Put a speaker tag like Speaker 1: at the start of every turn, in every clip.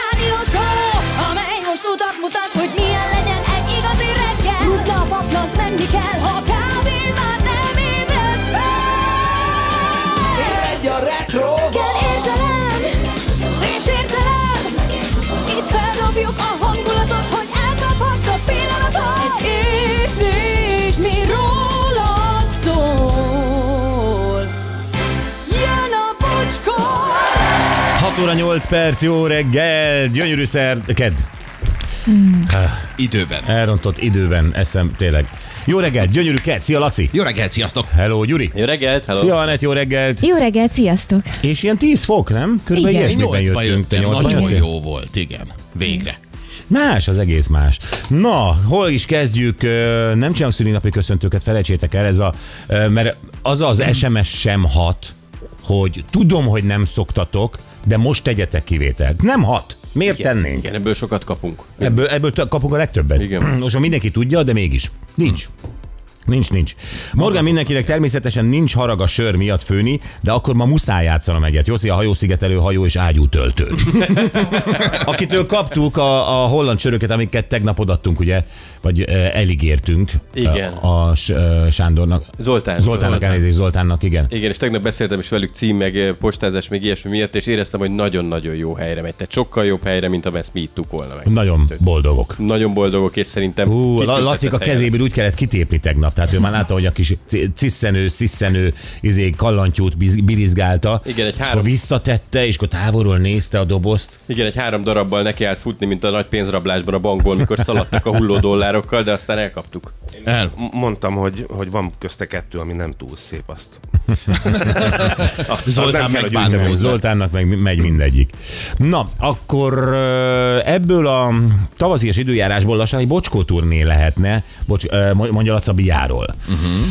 Speaker 1: rádió show, amely most utat mutat, hogy milyen legyen egy igazi reggel. Rutna a paplant, menni kell, ha kávén már nem ébresz fel.
Speaker 2: Egy a retro
Speaker 1: Kell érzelem, és értelem, itt feldobjuk a hangulatot, hogy elkaphast a pillanatot. Egy érzés, mi rólad szól. Jön a bocskor!
Speaker 3: 6 óra 8 perc, jó reggel, gyönyörű szerd, kedd,
Speaker 2: Időben.
Speaker 3: elrontott időben eszem, tényleg. Jó reggel, gyönyörű kedd, szia Laci.
Speaker 2: Jó reggelt, sziasztok!
Speaker 3: Hello, Gyuri.
Speaker 4: Jó reggelt, hello.
Speaker 3: Szia Anett, jó reggelt.
Speaker 5: Jó reggelt, sziasztok!
Speaker 3: És ilyen 10 fok, nem? Körülbelül
Speaker 5: Igen.
Speaker 3: ilyesmiben
Speaker 2: Nyolcba
Speaker 3: jöttünk. Te
Speaker 2: jöttem,
Speaker 3: nyolcba
Speaker 2: nagyon
Speaker 3: jöttél?
Speaker 2: jó volt, igen. Végre.
Speaker 3: Más, az egész más. Na, hol is kezdjük? Ö, Nem csinálunk szülinapi köszöntőket, felejtsétek el, ez a, ö, mert az az SMS sem hat, hogy tudom, hogy nem szoktatok, de most tegyetek kivételt. Nem hat. Miért tennénk?
Speaker 4: Igen, ebből sokat kapunk.
Speaker 3: Ebből, ebből t- kapunk a legtöbbet.
Speaker 4: Igen.
Speaker 3: Most már mindenki tudja, de mégis. Nincs. Nincs, nincs. Morgan mindenkinek természetesen nincs harag a sör miatt főni, de akkor ma muszáj játszanom egyet. Jóci a hajószigetelő hajó és ágyútöltő. Akitől kaptuk a, a holland söröket, amiket tegnap odattunk, ugye, vagy eh, eligértünk
Speaker 4: Igen.
Speaker 3: a, a S- eh, Sándornak.
Speaker 4: Zoltán.
Speaker 3: Zoltánnak elnézést, Zoltánnak, igen.
Speaker 4: Igen, és tegnap beszéltem is velük cím, meg eh, postázás, még ilyesmi miatt, és éreztem, hogy nagyon-nagyon jó helyre megy. Tehát sokkal jobb helyre, mint amezt mi ittuk volna meg.
Speaker 3: Nagyon boldogok.
Speaker 4: Nagyon boldogok, és szerintem...
Speaker 3: Hú, La-
Speaker 4: kitüntetett
Speaker 3: Lacik a
Speaker 4: helyen
Speaker 3: kezéből úgy kellett kitépni tegnap, tehát ő már látta, hogy a kis c- cisszenő, sziszenő izé, kallantyút biz- birizgálta.
Speaker 4: Igen, egy
Speaker 3: és
Speaker 4: három-
Speaker 3: akkor visszatette, és akkor távolról nézte a dobozt.
Speaker 4: Igen, egy három darabbal neki állt futni, mint a nagy pénzrablásban a bankból, mikor szaladtak a hulló dollárokkal, de aztán elkaptuk.
Speaker 2: El.
Speaker 6: M- Mondtam, hogy, hogy van közte kettő, ami nem túl szép azt.
Speaker 2: Zoltán
Speaker 6: nem kell, hogy
Speaker 2: megbánta.
Speaker 6: ügynem.
Speaker 3: Zoltánnak meg mi- megy mindegyik. Na, akkor ö, ebből a tavaszias időjárásból lassan egy bocskóturné lehetne, bocs, ö, mo- mondja Laca Biáról.
Speaker 4: Mhm.
Speaker 3: Uh-huh.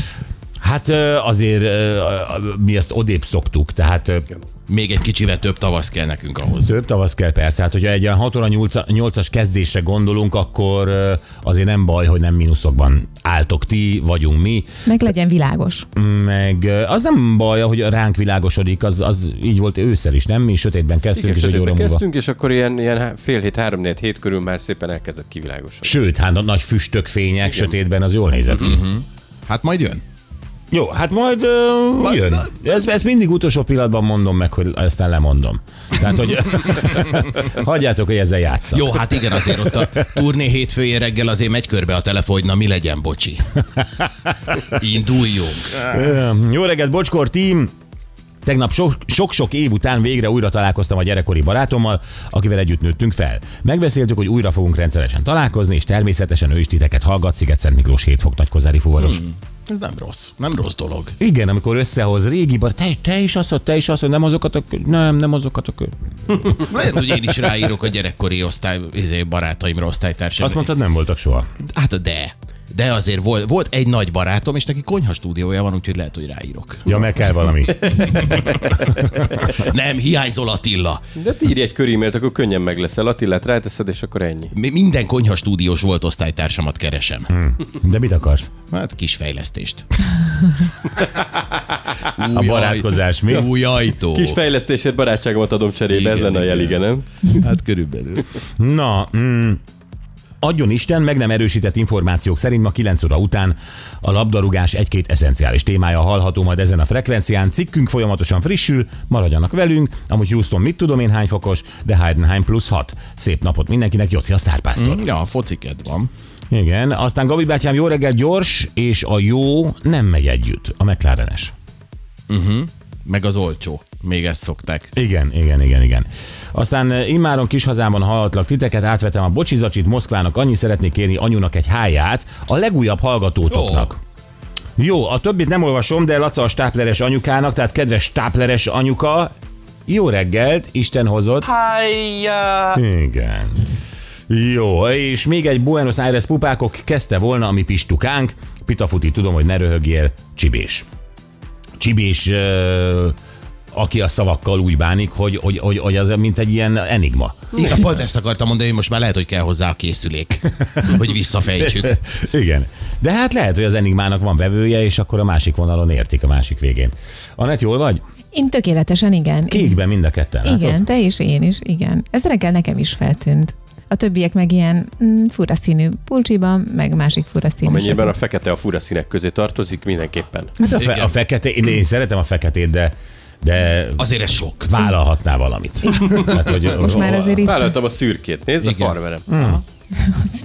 Speaker 3: Hát ö, azért ö, ö, mi ezt odébb szoktuk, tehát ö,
Speaker 2: Még egy kicsivel több tavasz kell nekünk ahhoz.
Speaker 3: Több tavasz kell persze, hát hogyha egy olyan 6 óra 8-as kezdésre gondolunk, akkor ö, azért nem baj, hogy nem mínuszokban álltok ti, vagyunk mi,
Speaker 5: Meg legyen világos.
Speaker 3: meg ö, az nem baj, hogy ránk világosodik, az, az így volt ősszel is, nem? Mi sötétben kezdtünk,
Speaker 4: Igen,
Speaker 3: és egy óra
Speaker 4: sötétbe
Speaker 3: múlva.
Speaker 4: kezdtünk, és akkor ilyen, ilyen há- fél hét, három négy hét körül már szépen elkezdett kivilágosodni.
Speaker 3: Sőt, hát a nagy füstök, fények, Igen. sötétben az jól nézett ki.
Speaker 2: Hát majd jön.
Speaker 3: Jó, hát majd uh, jön. Ezt, ezt mindig utolsó pillanatban mondom meg, hogy aztán lemondom. Tehát, hogy hagyjátok, hogy ezzel játszak.
Speaker 2: Jó, hát igen, azért ott a turné hétfőjén reggel azért megy körbe a telefon, hogy na mi legyen, bocsi. Induljunk.
Speaker 3: Jó reggelt, Bocskor team! Tegnap sok- sok-sok év után végre újra találkoztam a gyerekkori barátommal, akivel együtt nőttünk fel. Megbeszéltük, hogy újra fogunk rendszeresen találkozni, és természetesen ő is titeket hallgat, Sziget-Szent Miklós 7 fok nagykozári fuvaros. Hmm.
Speaker 2: Ez nem rossz, nem rossz dolog.
Speaker 3: Igen, amikor összehoz régi bar, te, te is azt, mondod, te is azt, mondod, nem azokat a kö- nem, nem azokat a kö-
Speaker 2: Lehet, hogy én is ráírok a gyerekkori osztály, izé, barátaimra, osztálytársaimra.
Speaker 3: Azt mondtad, nem voltak soha.
Speaker 2: Hát de. De azért volt, volt egy nagy barátom, és neki konyha stúdiója van, úgyhogy lehet, hogy ráírok.
Speaker 3: Ja, meg kell valami.
Speaker 2: Nem, hiányzol Attila.
Speaker 4: De te írj egy körímélt, akkor könnyen meg leszel. Attilát ráteszed, és akkor ennyi.
Speaker 2: Mi- Minden konyha stúdiós volt osztálytársamat keresem.
Speaker 3: De mit akarsz?
Speaker 2: Hát kis fejlesztést.
Speaker 3: A barátkozás mi?
Speaker 2: Új ajtó.
Speaker 4: Kis fejlesztésért barátságomat adom cserébe,
Speaker 2: Igen,
Speaker 4: ez lenne a jel,
Speaker 2: igen.
Speaker 4: igen, nem?
Speaker 2: hát körülbelül.
Speaker 3: Na, mm, adjon Isten, meg nem erősített információk szerint ma 9 óra után a labdarúgás egy-két eszenciális témája hallható majd ezen a frekvencián. Cikkünk folyamatosan frissül, maradjanak velünk, amúgy Houston mit tudom én hány fokos, de Heidenheim plusz 6. Szép napot mindenkinek, Joci a sztárpásztor. Mm.
Speaker 2: Ja, fociked van.
Speaker 3: Igen, aztán Gabi bátyám jó reggel gyors, és a jó nem megy együtt, a McLarenes.
Speaker 2: Meg az olcsó. Még ezt szokták.
Speaker 3: Igen, igen, igen, igen. Aztán eh, immáron kis hazámban hallatlak titeket, átvetem a bocsizacsit Moszkvának, annyi szeretnék kérni anyunak egy háját a legújabb hallgatótoknak. Jó. Jó, a többit nem olvasom, de Laca a stápleres anyukának, tehát kedves stápleres anyuka, jó reggelt, Isten hozott.
Speaker 7: Hájjá!
Speaker 3: Igen. Jó, és még egy Buenos Aires pupákok kezdte volna a mi pistukánk. eh, Pitafuti, tudom, hogy ne röhögjél, Csibés. Csibés ö, aki a szavakkal úgy bánik, hogy, hogy, hogy, hogy az mint egy ilyen enigma.
Speaker 2: Igen, pont ezt akartam mondani, hogy most már lehet, hogy kell hozzá a készülék, hogy visszafejtsük.
Speaker 3: Igen. De hát lehet, hogy az enigmának van vevője, és akkor a másik vonalon értik a másik végén. Anett, jól vagy?
Speaker 5: Én tökéletesen igen.
Speaker 3: Kékben mind a ketten.
Speaker 5: Igen, te és én is, igen. Ez reggel nekem is feltűnt. A többiek meg ilyen mm, fura színű pulcsiban, meg másik fura színű.
Speaker 4: Amennyiben a fekete a fura színek közé tartozik, mindenképpen.
Speaker 3: Hát a, fe-
Speaker 2: Igen.
Speaker 3: a fekete, én, én szeretem a feketét, de, de
Speaker 2: Azért ez sok.
Speaker 3: vállalhatná valamit. Hát, hogy,
Speaker 5: Most már azért itt
Speaker 4: Vállaltam a szürkét, nézd a
Speaker 2: Igen.
Speaker 4: farmerem.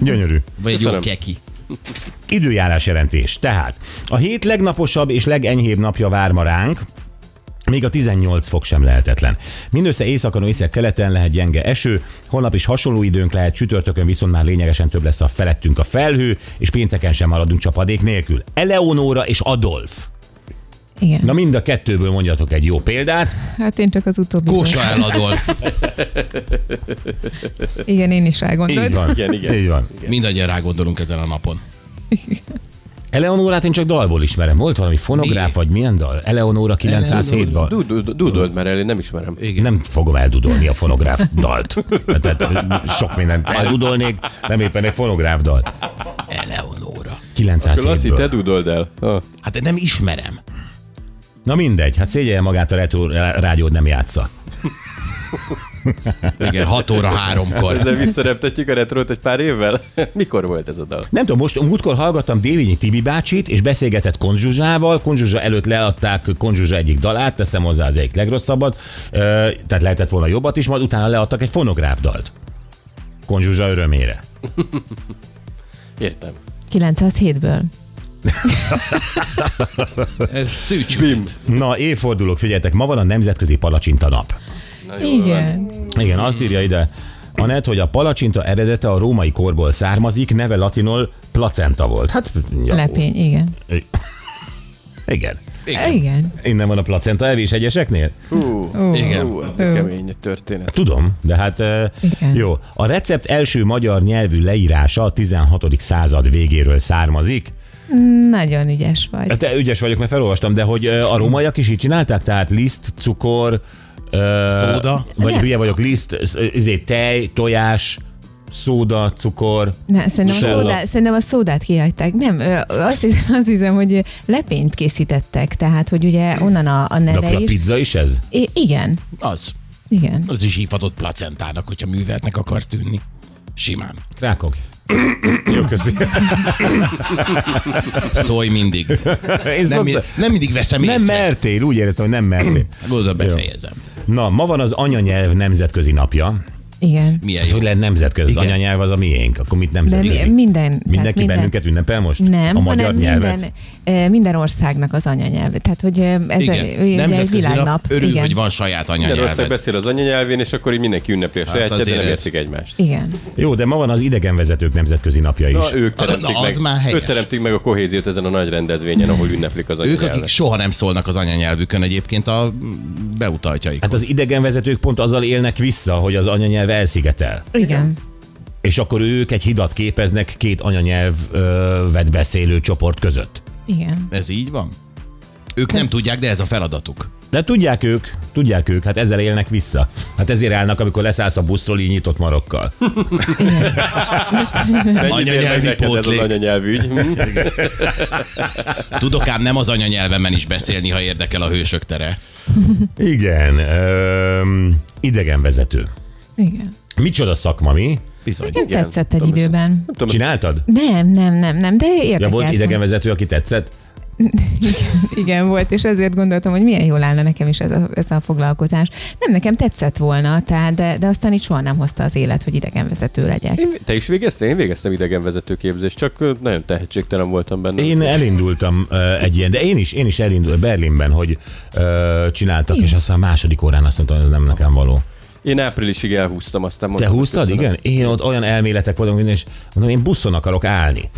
Speaker 3: Gyönyörű.
Speaker 2: Vagy egy jó
Speaker 4: Köszönöm.
Speaker 2: keki.
Speaker 3: Időjárás jelentés. Tehát a hét legnaposabb és legenyhébb napja vár ma ránk, még a 18 fok sem lehetetlen. Mindössze északon, észak keleten lehet gyenge eső, holnap is hasonló időnk lehet, csütörtökön viszont már lényegesen több lesz a felettünk a felhő, és pénteken sem maradunk csapadék nélkül. Eleonóra és Adolf.
Speaker 5: Igen.
Speaker 3: Na mind a kettőből mondjatok egy jó példát.
Speaker 5: Hát én csak az utóbbi.
Speaker 2: Kósa el Adolf.
Speaker 5: Igen, én is
Speaker 3: Így
Speaker 5: elgondoltam.
Speaker 3: van.
Speaker 4: hát Igen, igen.
Speaker 3: Így van.
Speaker 2: Mindannyian rá gondolunk ezen a napon.
Speaker 3: Eleonórát én csak dalból ismerem. Volt valami fonográf,
Speaker 2: Mi?
Speaker 3: vagy milyen dal? Eleonóra 907-ban.
Speaker 4: Dú- dú- dú- Dúdold már el, én nem ismerem.
Speaker 3: Igen. Nem fogom eldudolni a fonográf dalt. Tehát sok mindent eldudolnék, nem éppen egy fonográf dalt.
Speaker 2: Eleonóra.
Speaker 4: Laci, te
Speaker 3: 907-ből.
Speaker 4: dúdold el. Ha.
Speaker 2: Hát én nem ismerem.
Speaker 3: Na mindegy, hát szégyelje magát a retro rádiód nem játsza.
Speaker 2: Igen, 6 óra
Speaker 4: Ezzel
Speaker 2: háromkor.
Speaker 4: visszareptetjük a retrót egy pár évvel? Mikor volt ez a dal?
Speaker 3: Nem tudom, most múltkor hallgattam Dévényi Tibi bácsit, és beszélgetett Konzsuzsával. Konzsuzsa előtt leadták Konzsuzsa egyik dalát, teszem hozzá az egyik legrosszabbat, Ö, tehát lehetett volna jobbat is, majd utána leadtak egy fonográf dalt. Konzsuzsa örömére.
Speaker 4: Értem.
Speaker 5: 907-ből.
Speaker 2: Ez szűcs.
Speaker 4: Bim.
Speaker 3: Na, évfordulók, figyeljetek, ma van a Nemzetközi Palacsinta Nap.
Speaker 5: Igen.
Speaker 3: Igen, azt írja ide Anett, hogy a palacsinta eredete a római korból származik, neve latinol placenta volt. Hát, ja,
Speaker 5: Lepény, igen.
Speaker 3: Igen.
Speaker 5: Igen. igen.
Speaker 3: Innen van a placenta elvés egyeseknél?
Speaker 4: Hú,
Speaker 2: Igen.
Speaker 4: hú, ez egy kemény történet.
Speaker 3: Tudom, de hát ö,
Speaker 5: Igen.
Speaker 3: jó. A recept első magyar nyelvű leírása a 16. század végéről származik. Hát,
Speaker 5: Nagyon ügyes
Speaker 2: Hát-
Speaker 5: vagy.
Speaker 3: Te ügyes vagyok, mert felolvastam, de hogy ö, a rómaiak is így csinálták, tehát liszt, cukor, ö,
Speaker 2: Szóda.
Speaker 3: vagy
Speaker 5: Nem.
Speaker 3: hülye vagyok, liszt, ö, izé, tej, tojás, szóda, cukor.
Speaker 5: Ne, szerintem, a
Speaker 3: Nutella.
Speaker 5: szódát, szerintem a szódát kihagyták. Nem, ö, azt hiszem, azt hiszem, hogy lepényt készítettek, tehát, hogy ugye onnan a, a
Speaker 3: De akkor
Speaker 5: neve
Speaker 3: a
Speaker 5: is.
Speaker 3: pizza is ez?
Speaker 5: I- igen,
Speaker 2: Az.
Speaker 5: igen.
Speaker 2: Az is hívhatod placentának, hogyha műveltnek akarsz tűnni. Simán.
Speaker 3: Rákog. Jó, köszi.
Speaker 2: Szólj mindig.
Speaker 3: Én
Speaker 2: Nem, mi-
Speaker 3: szokta...
Speaker 2: nem mindig veszem
Speaker 3: nem
Speaker 2: észre.
Speaker 3: mertél, úgy éreztem, hogy nem mertél.
Speaker 2: Gondolom, befejezem.
Speaker 3: Na, ma van az anyanyelv nemzetközi napja.
Speaker 5: Igen.
Speaker 2: Milyen
Speaker 3: Ez
Speaker 2: jó.
Speaker 3: hogy lehet nemzetközi? Az
Speaker 2: Igen.
Speaker 3: anyanyelv az a miénk, akkor mit
Speaker 5: De mi,
Speaker 3: nemzetközi?
Speaker 5: minden, tehát
Speaker 3: Mindenki
Speaker 5: minden,
Speaker 3: bennünket ünnepel most?
Speaker 5: nem,
Speaker 3: a magyar
Speaker 5: hanem
Speaker 3: nyelvet?
Speaker 5: minden, ö, minden országnak az anyanyelve. Tehát, hogy ö, ez
Speaker 2: Igen.
Speaker 5: egy- ugye egy
Speaker 2: Nemzetközi
Speaker 5: világnap.
Speaker 2: nap. Örül,
Speaker 5: igen.
Speaker 2: hogy van saját
Speaker 4: Magyarország
Speaker 2: anyanyelved.
Speaker 4: beszél az anyanyelvén, és akkor így mindenki ünnepli a sajátját, de
Speaker 2: Hát azért
Speaker 4: nem
Speaker 2: ez-
Speaker 4: értik egymást.
Speaker 5: igen.
Speaker 3: Jó, de ma van az idegenvezetők nemzetközi napja is.
Speaker 4: Na, ők
Speaker 2: Na,
Speaker 4: teremtik,
Speaker 2: na, az már
Speaker 4: meg,
Speaker 2: helyes.
Speaker 4: ők teremtik meg a kohéziót ezen a nagy rendezvényen, ahol ünneplik az
Speaker 2: Ők, akik
Speaker 4: anyanyelvet.
Speaker 2: soha nem szólnak az anyanyelvükön egyébként a beutaltjaik.
Speaker 3: Hát az idegenvezetők pont azzal élnek vissza, hogy az anyanyelv elszigetel.
Speaker 5: Igen.
Speaker 3: És akkor ők egy hidat képeznek két anyanyelvet beszélő csoport között.
Speaker 5: Igen.
Speaker 2: Ez így van? Ők nem tudják, de ez a feladatuk.
Speaker 3: De tudják ők, tudják ők, hát ezzel élnek vissza. Hát ezért állnak, amikor leszállsz a buszról így nyitott marokkal.
Speaker 4: Mennyit ér meg
Speaker 2: Anyanyelvi
Speaker 4: neked ez az
Speaker 2: pótlék.
Speaker 4: anyanyelvügy? Hm?
Speaker 2: Tudok ám nem az anyanyelvemen is beszélni, ha érdekel a hősök tere.
Speaker 3: Igen, öm, idegenvezető.
Speaker 5: Igen.
Speaker 3: Micsoda szakma mi?
Speaker 2: Bizony.
Speaker 5: Nem
Speaker 4: Igen,
Speaker 5: tetszett egy
Speaker 4: tudom, ez-
Speaker 5: időben.
Speaker 3: Csináltad?
Speaker 5: Nem, nem, nem, nem, de
Speaker 3: Ja,
Speaker 5: érdekelt.
Speaker 3: volt
Speaker 5: ma.
Speaker 3: idegenvezető, aki tetszett?
Speaker 5: Igen, volt, és ezért gondoltam, hogy milyen jól állna nekem is ez a, ez a foglalkozás. Nem, nekem tetszett volna, tehát, de, de aztán itt soha nem hozta az élet, hogy idegenvezető legyek.
Speaker 4: Én- Te is végeztél? Én végeztem idegenvezető képzést, csak ö, nagyon tehetségtelen voltam benne.
Speaker 3: Én elindultam ö, egy ilyen, de én is, én is elindultam Berlinben, hogy ö, csináltak, és aztán a második órán azt mondtam, hogy ez nem nekem való.
Speaker 4: Én áprilisig elhúztam, aztán
Speaker 3: Te
Speaker 4: mondtam, hogy
Speaker 3: húztad?
Speaker 4: köszönöm.
Speaker 3: Igen? Én ott olyan elméletek voltam, minden, és mondom, én buszon akarok állni.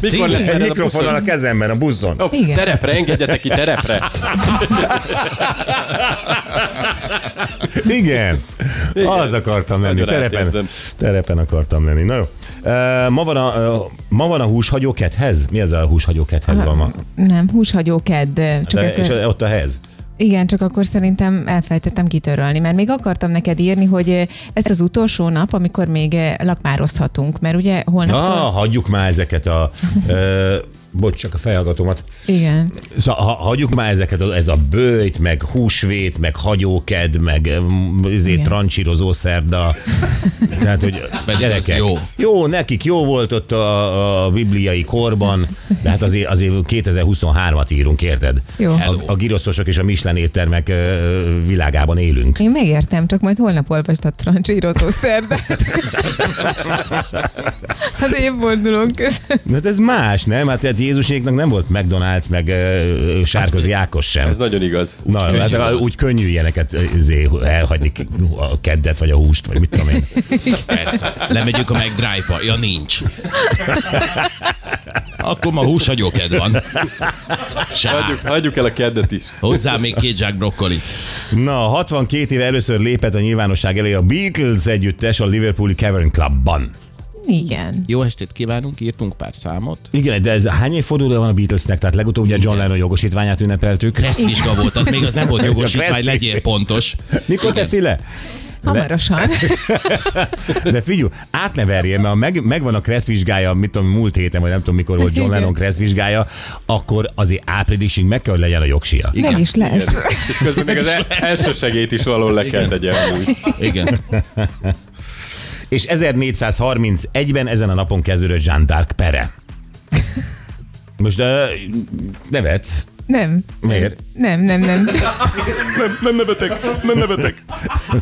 Speaker 4: Mikor lesz
Speaker 3: Egy
Speaker 4: benned a
Speaker 3: mikrofonnal
Speaker 4: puszon?
Speaker 3: a kezemben, a buszon.
Speaker 4: Hopp,
Speaker 5: Igen.
Speaker 4: Terepre, engedjetek ki terepre.
Speaker 3: Igen. Az akartam lenni.
Speaker 4: Nagyon
Speaker 3: Terepen,
Speaker 4: átérzem.
Speaker 3: terepen akartam lenni. Na jó. Ö, Ma van a, ö, ma van a húshagyó kethez? Mi ez a húshagyó kethez van ma?
Speaker 5: Nem, húshagyó kedd. Csak
Speaker 3: De,
Speaker 5: akkor...
Speaker 3: és ott a hez.
Speaker 5: Igen, csak akkor szerintem elfelejtettem kitörölni, mert még akartam neked írni, hogy ö, ez az utolsó nap, amikor még ö, lakmározhatunk, mert ugye holnap...
Speaker 3: Ah, hagyjuk már ezeket a... Ö, bocs, csak a fejhallgatómat.
Speaker 5: Igen.
Speaker 3: Szóval ha, hagyjuk már ezeket, a- ez a bőjt, meg húsvét, meg hagyóked, meg mm, izé,
Speaker 5: Igen.
Speaker 3: trancsírozó szerda. Tehát, hogy
Speaker 2: Pedig
Speaker 3: gyerekek,
Speaker 2: az jó.
Speaker 3: jó, nekik jó volt ott a, a bibliai korban, de hát azért, azért 2023-at írunk, érted?
Speaker 5: Jó.
Speaker 3: A, a giroszosok és a Michelin éttermek ö, világában élünk.
Speaker 5: Én megértem, csak majd holnap olvasd a trancsírozó szerdát. Az évfordulón között.
Speaker 3: De hát ez más, nem? Hát tehát Jézuséknak nem volt McDonald's, meg ö, Sárközi Ákos sem.
Speaker 4: Ez nagyon igaz.
Speaker 3: Na,
Speaker 2: könnyű
Speaker 3: hát
Speaker 2: volt.
Speaker 3: úgy könnyű ilyeneket izé, elhagyni ki- a keddet, vagy a húst, vagy mit tudom én.
Speaker 2: Persze. Lemegyünk a megdrive-ba. Ja, nincs. Akkor ma húsagyóked van. Sá.
Speaker 4: Hagyjuk, hagyjuk el a keddet is.
Speaker 2: Hozzá még két zsák brokkolit.
Speaker 3: Na, 62 éve először lépett a nyilvánosság elé a Beatles együttes a Liverpooli Cavern Clubban.
Speaker 5: Igen.
Speaker 2: Jó estét kívánunk, írtunk pár számot.
Speaker 3: Igen, de ez hány évfordulója van a Beatlesnek? Tehát legutóbb ugye John Lennon jogosítványát ünnepeltük.
Speaker 2: Kressz vizsga volt, az még az nem volt jogosítvány,
Speaker 3: Kressz
Speaker 2: legyél pontos.
Speaker 3: Mikor teszi le?
Speaker 5: Hamarosan.
Speaker 3: De figyelj, átneverjél, mert ha meg, megvan a Kressz vizsgája, mit tudom, múlt héten, vagy nem tudom mikor volt John
Speaker 5: Igen.
Speaker 3: Lennon Kressz vizsgája, akkor azért áprilisig meg kell, hogy legyen a jogsia.
Speaker 5: Meg is lesz.
Speaker 4: És közben még az el- első segélyt is valahol le kell tegyem. amúgy.
Speaker 2: Igen.
Speaker 3: És 1431-ben ezen a napon kezdődött Jean d'Arc pere. Most uh, nevetsz.
Speaker 5: Nem.
Speaker 3: Miért?
Speaker 5: Nem, nem, nem.
Speaker 6: Nem nevetek, nem nevetek.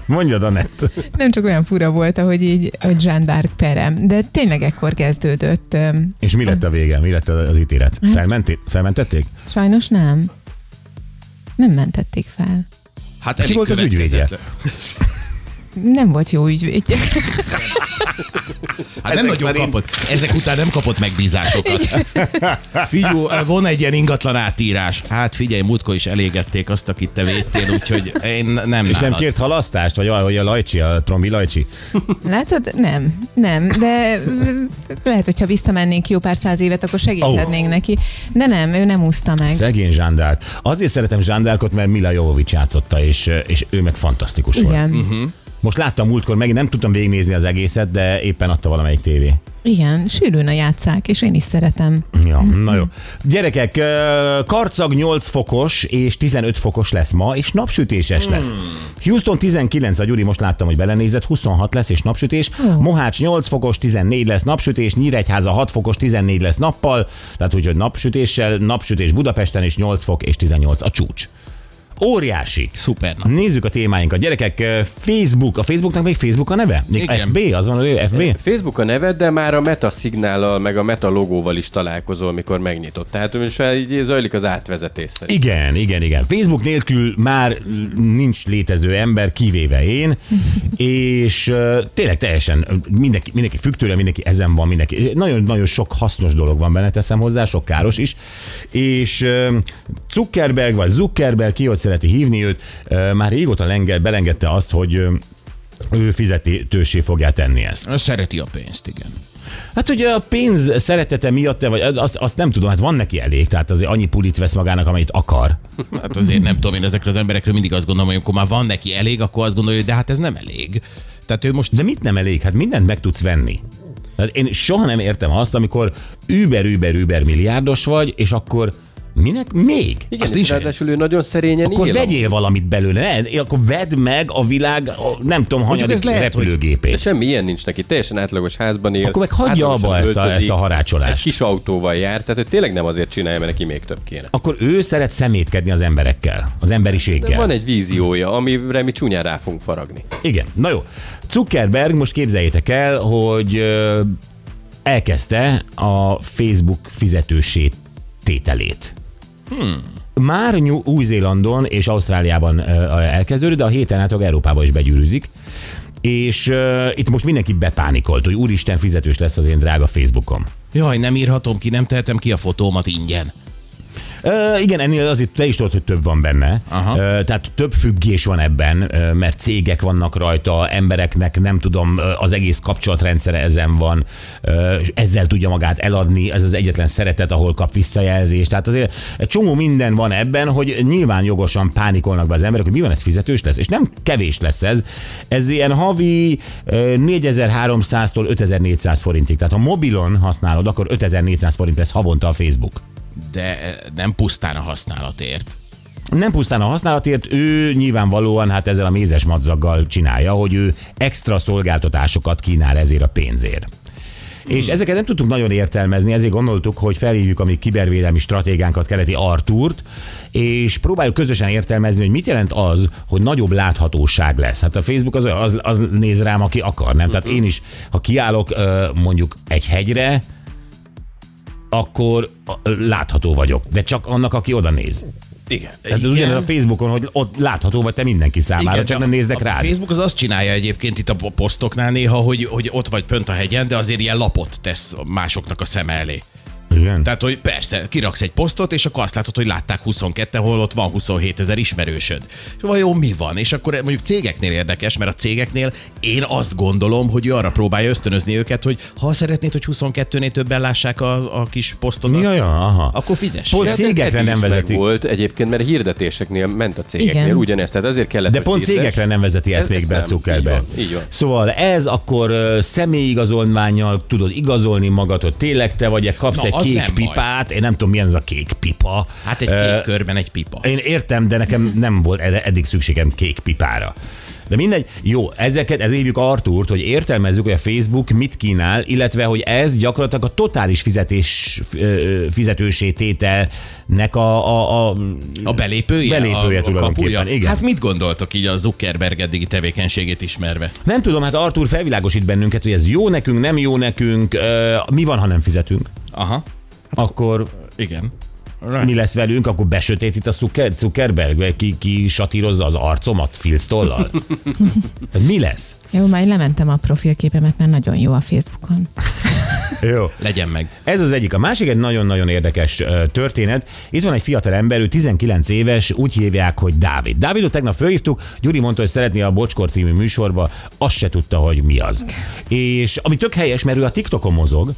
Speaker 3: Mondjad, Anett.
Speaker 5: Nem csak olyan fura volt, ahogy így, hogy Jean d'Arc perem, de tényleg ekkor kezdődött. Öm,
Speaker 3: És mi lett a vége? Mi lett az ítélet? Felmenti, felmentették?
Speaker 5: Sajnos nem. Nem mentették fel.
Speaker 2: Hát
Speaker 3: Ki
Speaker 2: elég
Speaker 3: volt az
Speaker 2: következetlen.
Speaker 3: ügyvédje?
Speaker 5: Nem volt jó ügyvédje.
Speaker 2: Hát nem nagyon kapott. Ezek után nem kapott megbízásokat. Figyú, eh, van egy ilyen ingatlan átírás. Hát figyelj, múltkor is elégették azt, akit te védtél, úgyhogy én nem
Speaker 3: És nem
Speaker 2: nálad.
Speaker 3: kért halasztást? Vagy ahogy a Lajcsi, a Trombi Lajcsi?
Speaker 5: Látod? Nem, nem, de ö, lehet, hogyha visszamennénk jó pár száz évet, akkor segíthetnénk neki. De nem, ő nem úszta meg.
Speaker 3: Szegény Zsándárk. Azért szeretem Zsándárkot, mert Mila Jovovics játszotta, és, és ő meg fantasztikus volt.
Speaker 5: Igen,
Speaker 3: Most láttam múltkor, megint nem tudtam végignézni az egészet, de éppen adta valamelyik tévé.
Speaker 5: igen, sűrűn a játszák, és én is szeretem.
Speaker 3: Ja, na jó. Gyerekek, ö, karcag 8 fokos és 15 fokos lesz ma, és napsütéses lesz. Houston 19, a Gyuri most láttam, hogy belenézett, 26 lesz és napsütés. Mohács 8 fokos, 14 lesz napsütés, Nyíregyháza 6 fokos, 14 lesz nappal, tehát úgyhogy napsütéssel, napsütés Budapesten is 8 fok és 18 a csúcs. Óriási.
Speaker 2: Szuper nap.
Speaker 3: Nézzük a témáinkat. Gyerekek, ö, Facebook, a Facebooknak még Facebook a neve? Még
Speaker 2: Igen.
Speaker 3: FB, az van, hogy FB?
Speaker 4: Facebook a neved, de már a meta szignállal, meg a meta logóval is találkozol, mikor megnyitott. Tehát most már így zajlik az átvezetés szerint.
Speaker 3: Igen, igen, igen. Facebook nélkül már nincs létező ember, kivéve én, és ö, tényleg teljesen ö, mindenki, mindenki függ tőle, mindenki ezen van, mindenki. Nagyon-nagyon sok hasznos dolog van benne, teszem hozzá, sok káros is, és ö, Zuckerberg, vagy Zuckerberg, ki hogy szereti hívni őt, ö, már régóta lenge, belengedte azt, hogy ö, ő fizetősé fogja tenni ezt.
Speaker 2: Szereti a pénzt, igen.
Speaker 3: Hát ugye a pénz szeretete miatt, vagy azt, azt nem tudom, hát van neki elég, tehát azért annyi pulit vesz magának, amennyit akar.
Speaker 2: Hát azért nem tudom, én ezekre az emberekről mindig azt gondolom, hogy amikor már van neki elég, akkor azt gondolja, hogy de hát ez nem elég. Tehát ő most
Speaker 3: De mit nem elég? Hát mindent meg tudsz venni. Hát én soha nem értem azt, amikor über, über, über milliárdos vagy, és akkor minek még?
Speaker 4: Igen,
Speaker 3: azt
Speaker 4: és
Speaker 3: is
Speaker 4: ráadásul ő nagyon szerényen
Speaker 3: akkor
Speaker 4: ír,
Speaker 3: vegyél valamit belőle, ne? akkor vedd meg a világ, a, nem tudom, hanyadik
Speaker 2: ez lehet, hogy-
Speaker 4: De
Speaker 3: repülőgépét.
Speaker 4: semmi ilyen nincs neki, teljesen átlagos házban él.
Speaker 3: Akkor meg hagyja
Speaker 4: átlagosan
Speaker 3: abba ezt a,
Speaker 4: öltözik,
Speaker 3: ezt a
Speaker 4: Egy
Speaker 3: harácsolást.
Speaker 4: kis autóval jár, tehát ő tényleg nem azért csinálja, mert neki még több kéne.
Speaker 3: Akkor ő szeret szemétkedni az emberekkel, az
Speaker 4: De
Speaker 3: emberiséggel.
Speaker 4: van egy víziója, amire mi csúnyán rá fogunk faragni.
Speaker 3: Igen, na jó. Zuckerberg, most képzeljétek el, hogy ö, elkezdte a Facebook fizetősé tételét. Hmm. Már New- Új-Zélandon és Ausztráliában ö, elkezdődött, de a héten át Európába is begyűrűzik. És uh, itt most mindenki bepánikolt, hogy úristen fizetős lesz az én drága Facebookom.
Speaker 2: Jaj, nem írhatom ki, nem tehetem ki a fotómat ingyen.
Speaker 3: Ö, igen, ennél azért te is tudod, hogy több van benne.
Speaker 2: Aha.
Speaker 3: Ö, tehát több függés van ebben, ö, mert cégek vannak rajta, embereknek nem tudom, ö, az egész kapcsolatrendszere ezen van, ö, és ezzel tudja magát eladni, ez az egyetlen szeretet, ahol kap visszajelzést. Tehát azért egy csomó minden van ebben, hogy nyilván jogosan pánikolnak be az emberek, hogy mi van, ez fizetős lesz, és nem kevés lesz ez. Ez ilyen havi ö, 4300-tól 5400 forintig. Tehát ha mobilon használod, akkor 5400 forint lesz havonta a Facebook.
Speaker 2: de eh, nem pusztán a használatért.
Speaker 3: Nem pusztán a használatért, ő nyilvánvalóan hát ezzel a mézes madzaggal csinálja, hogy ő extra szolgáltatásokat kínál ezért a pénzért. És ezeket nem tudtuk nagyon értelmezni, ezért gondoltuk, hogy felhívjuk a mi kibervédelmi stratégánkat, keleti Artúrt, és próbáljuk közösen értelmezni, hogy mit jelent az, hogy nagyobb láthatóság lesz. Hát a Facebook az, az, az néz rám, aki akar, nem? Tehát én is, ha kiállok ö, mondjuk egy hegyre, akkor ö, látható vagyok, de csak annak, aki oda néz.
Speaker 4: Igen.
Speaker 3: Tehát Hát ez
Speaker 2: Igen.
Speaker 3: ugyanaz a Facebookon, hogy ott látható vagy te mindenki számára, Igen, csak
Speaker 2: de
Speaker 3: nem
Speaker 2: a-
Speaker 3: néznek
Speaker 2: a
Speaker 3: rád.
Speaker 2: Facebook az azt csinálja egyébként itt a po- posztoknál néha, hogy, hogy ott vagy fönt a hegyen, de azért ilyen lapot tesz másoknak a szem elé.
Speaker 3: Igen.
Speaker 2: Tehát, hogy persze, kiraksz egy posztot, és akkor azt látod, hogy látták 22 hol ott van 27 ezer ismerősöd. És vajon mi van? És akkor mondjuk cégeknél érdekes, mert a cégeknél én azt gondolom, hogy ő arra próbálja ösztönözni őket, hogy ha szeretnéd, hogy 22-nél többen lássák a, a kis posztodat,
Speaker 3: Ja, ja, aha.
Speaker 2: akkor fizess.
Speaker 3: Pont
Speaker 4: Ja, de
Speaker 3: cégekre
Speaker 4: eddig
Speaker 3: nem
Speaker 4: is
Speaker 3: vezetik.
Speaker 4: Volt egyébként, mert hirdetéseknél ment a cégeknél
Speaker 5: Igen.
Speaker 4: ugyanezt, tehát ezért kellett,
Speaker 3: De
Speaker 4: hogy
Speaker 3: pont
Speaker 4: hirdess.
Speaker 3: cégekre nem vezeti ezt
Speaker 4: Ez-
Speaker 3: még
Speaker 4: ez
Speaker 3: be
Speaker 4: nem.
Speaker 3: Zuckerberg.
Speaker 4: Így van, így van.
Speaker 3: Szóval ez akkor ö, személyigazolványjal tudod igazolni magad, hogy tényleg te vagy, kapsz
Speaker 2: Na,
Speaker 3: egy
Speaker 2: az nem
Speaker 3: kék
Speaker 2: baj.
Speaker 3: pipát, én nem tudom milyen ez a kék pipa.
Speaker 2: Hát egy
Speaker 3: Ö,
Speaker 2: kék körben egy pipa.
Speaker 3: Én értem, de nekem nem volt erre eddig szükségem kék pipára. De mindegy, jó, ezeket, ez hívjuk Artúrt, hogy értelmezzük, hogy a Facebook mit kínál, illetve, hogy ez gyakorlatilag a totális fizetés, ö, fizetősé tételnek a, a, a
Speaker 2: A belépője?
Speaker 3: Belépője
Speaker 2: a,
Speaker 3: tulajdonképpen,
Speaker 2: kapuja?
Speaker 3: igen.
Speaker 2: Hát mit gondoltok így a Zuckerberg eddigi tevékenységét ismerve?
Speaker 3: Nem tudom, hát Artúr felvilágosít bennünket, hogy ez jó nekünk, nem jó nekünk, ö, mi van, ha nem fizetünk?
Speaker 2: Aha,
Speaker 3: Akkor
Speaker 2: igen.
Speaker 3: mi lesz velünk? Akkor besötétít a Zucker- Zuckerberg, vagy ki, ki satírozza az arcomat filctollal? Hát mi lesz?
Speaker 5: Jó, majd lementem a profilképemet, mert nagyon jó a Facebookon.
Speaker 3: Jó.
Speaker 2: Legyen meg.
Speaker 3: Ez az egyik. A másik egy nagyon-nagyon érdekes ö, történet. Itt van egy fiatal ember, ő 19 éves, úgy hívják, hogy Dávid. Dávidot tegnap fölhívtuk, Gyuri mondta, hogy szeretné a Bocskor című műsorba, azt se tudta, hogy mi az. És ami tök helyes, mert ő a TikTokon mozog,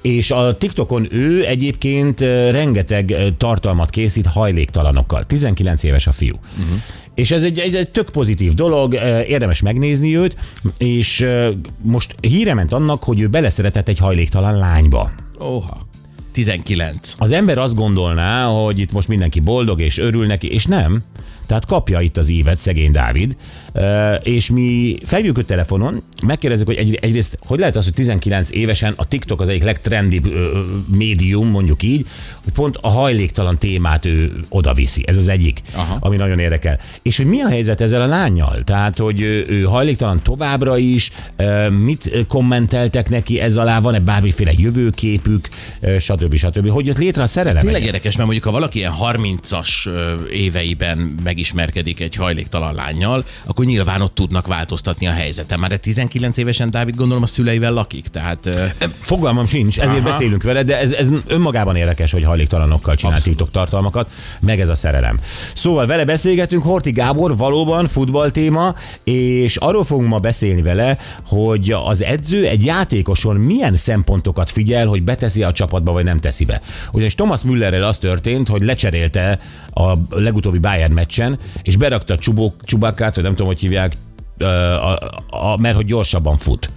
Speaker 3: és a TikTokon ő egyébként ö, rengeteg ö, tartalmat készít hajléktalanokkal. 19 éves a fiú. Uh-huh. És ez egy, egy, egy tök pozitív dolog, ö, érdemes megnézni őt, és ö, most híre ment annak, hogy ő beleszeretett egy hajléktalan lányba.
Speaker 2: Óha. 19.
Speaker 3: Az ember azt gondolná, hogy itt most mindenki boldog és örül neki, és nem. Tehát kapja itt az ívet szegény Dávid, Ö, és mi felhívjuk őt telefonon, megkérdezzük, hogy egy- egyrészt, hogy lehet az, hogy 19 évesen a TikTok az egyik legtrendibb ö, ö, médium, mondjuk így, hogy pont a hajléktalan témát ő oda viszi. Ez az egyik, Aha. ami nagyon érdekel. És hogy mi a helyzet ezzel a lányjal? Tehát, hogy ő, ő hajléktalan továbbra is, ö, mit kommenteltek neki ez alá, van-e bármiféle jövőképük, ö, stb. stb. Hogy jött létre a szerelem?
Speaker 2: Tényleg érdekes, mert mondjuk ha valaki ilyen 30-as ö, éveiben megismerkedik egy hajléktalan lányjal, akkor nyilván ott tudnak változtatni a helyzeten. Már de 19 évesen Dávid gondolom a szüleivel lakik, tehát ö,
Speaker 3: Fogalmam sincs, ezért Aha.
Speaker 2: Aha.
Speaker 3: beszélünk vele, de ez, ez önmagában érdekes, hogy hajléktalanokkal csinál
Speaker 2: Abszolút.
Speaker 3: TikTok tartalmakat, meg ez a szerelem. Szóval vele beszélgetünk, Horti Gábor valóban futball téma, és arról fogunk ma beszélni vele, hogy az edző egy játékoson milyen szempontokat figyel, hogy beteszi a csapatba, vagy nem teszi be. Ugyanis Thomas Müllerrel az történt, hogy lecserélte a legutóbbi Bayern meccsen, és berakta Csubó- Csubakát, vagy nem tudom, hogy hívják, ö, a, a, a, mert hogy gyorsabban fut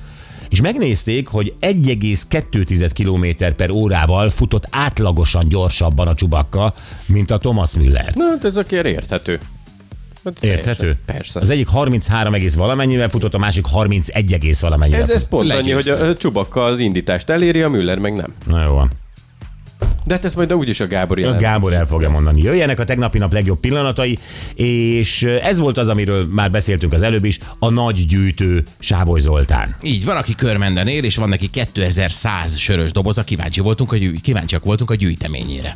Speaker 3: és megnézték, hogy 1,2 km per órával futott átlagosan gyorsabban a csubakka, mint a Thomas Müller.
Speaker 4: Na, hát ez akár érthető. Hát
Speaker 3: Érthető?
Speaker 4: Persze.
Speaker 3: Az
Speaker 4: persze.
Speaker 3: egyik 33 egész valamennyivel futott, a másik 31 egész valamennyivel.
Speaker 4: Ez, ez
Speaker 3: futott.
Speaker 4: pont annyi, hogy
Speaker 2: Legyőzte.
Speaker 4: a a Csubakka az indítást eléri, a Müller meg nem.
Speaker 3: Na jó van.
Speaker 4: De hát ezt majd úgyis a Gábor jelen.
Speaker 3: Gábor el fogja mondani. Jöjjenek a tegnapi nap legjobb pillanatai, és ez volt az, amiről már beszéltünk az előbb is, a nagy gyűjtő Sávoly Zoltán.
Speaker 2: Így van, aki körmenden él, és van neki 2100 sörös doboza, kíváncsi voltunk, hogy kíváncsiak voltunk a gyűjteményére.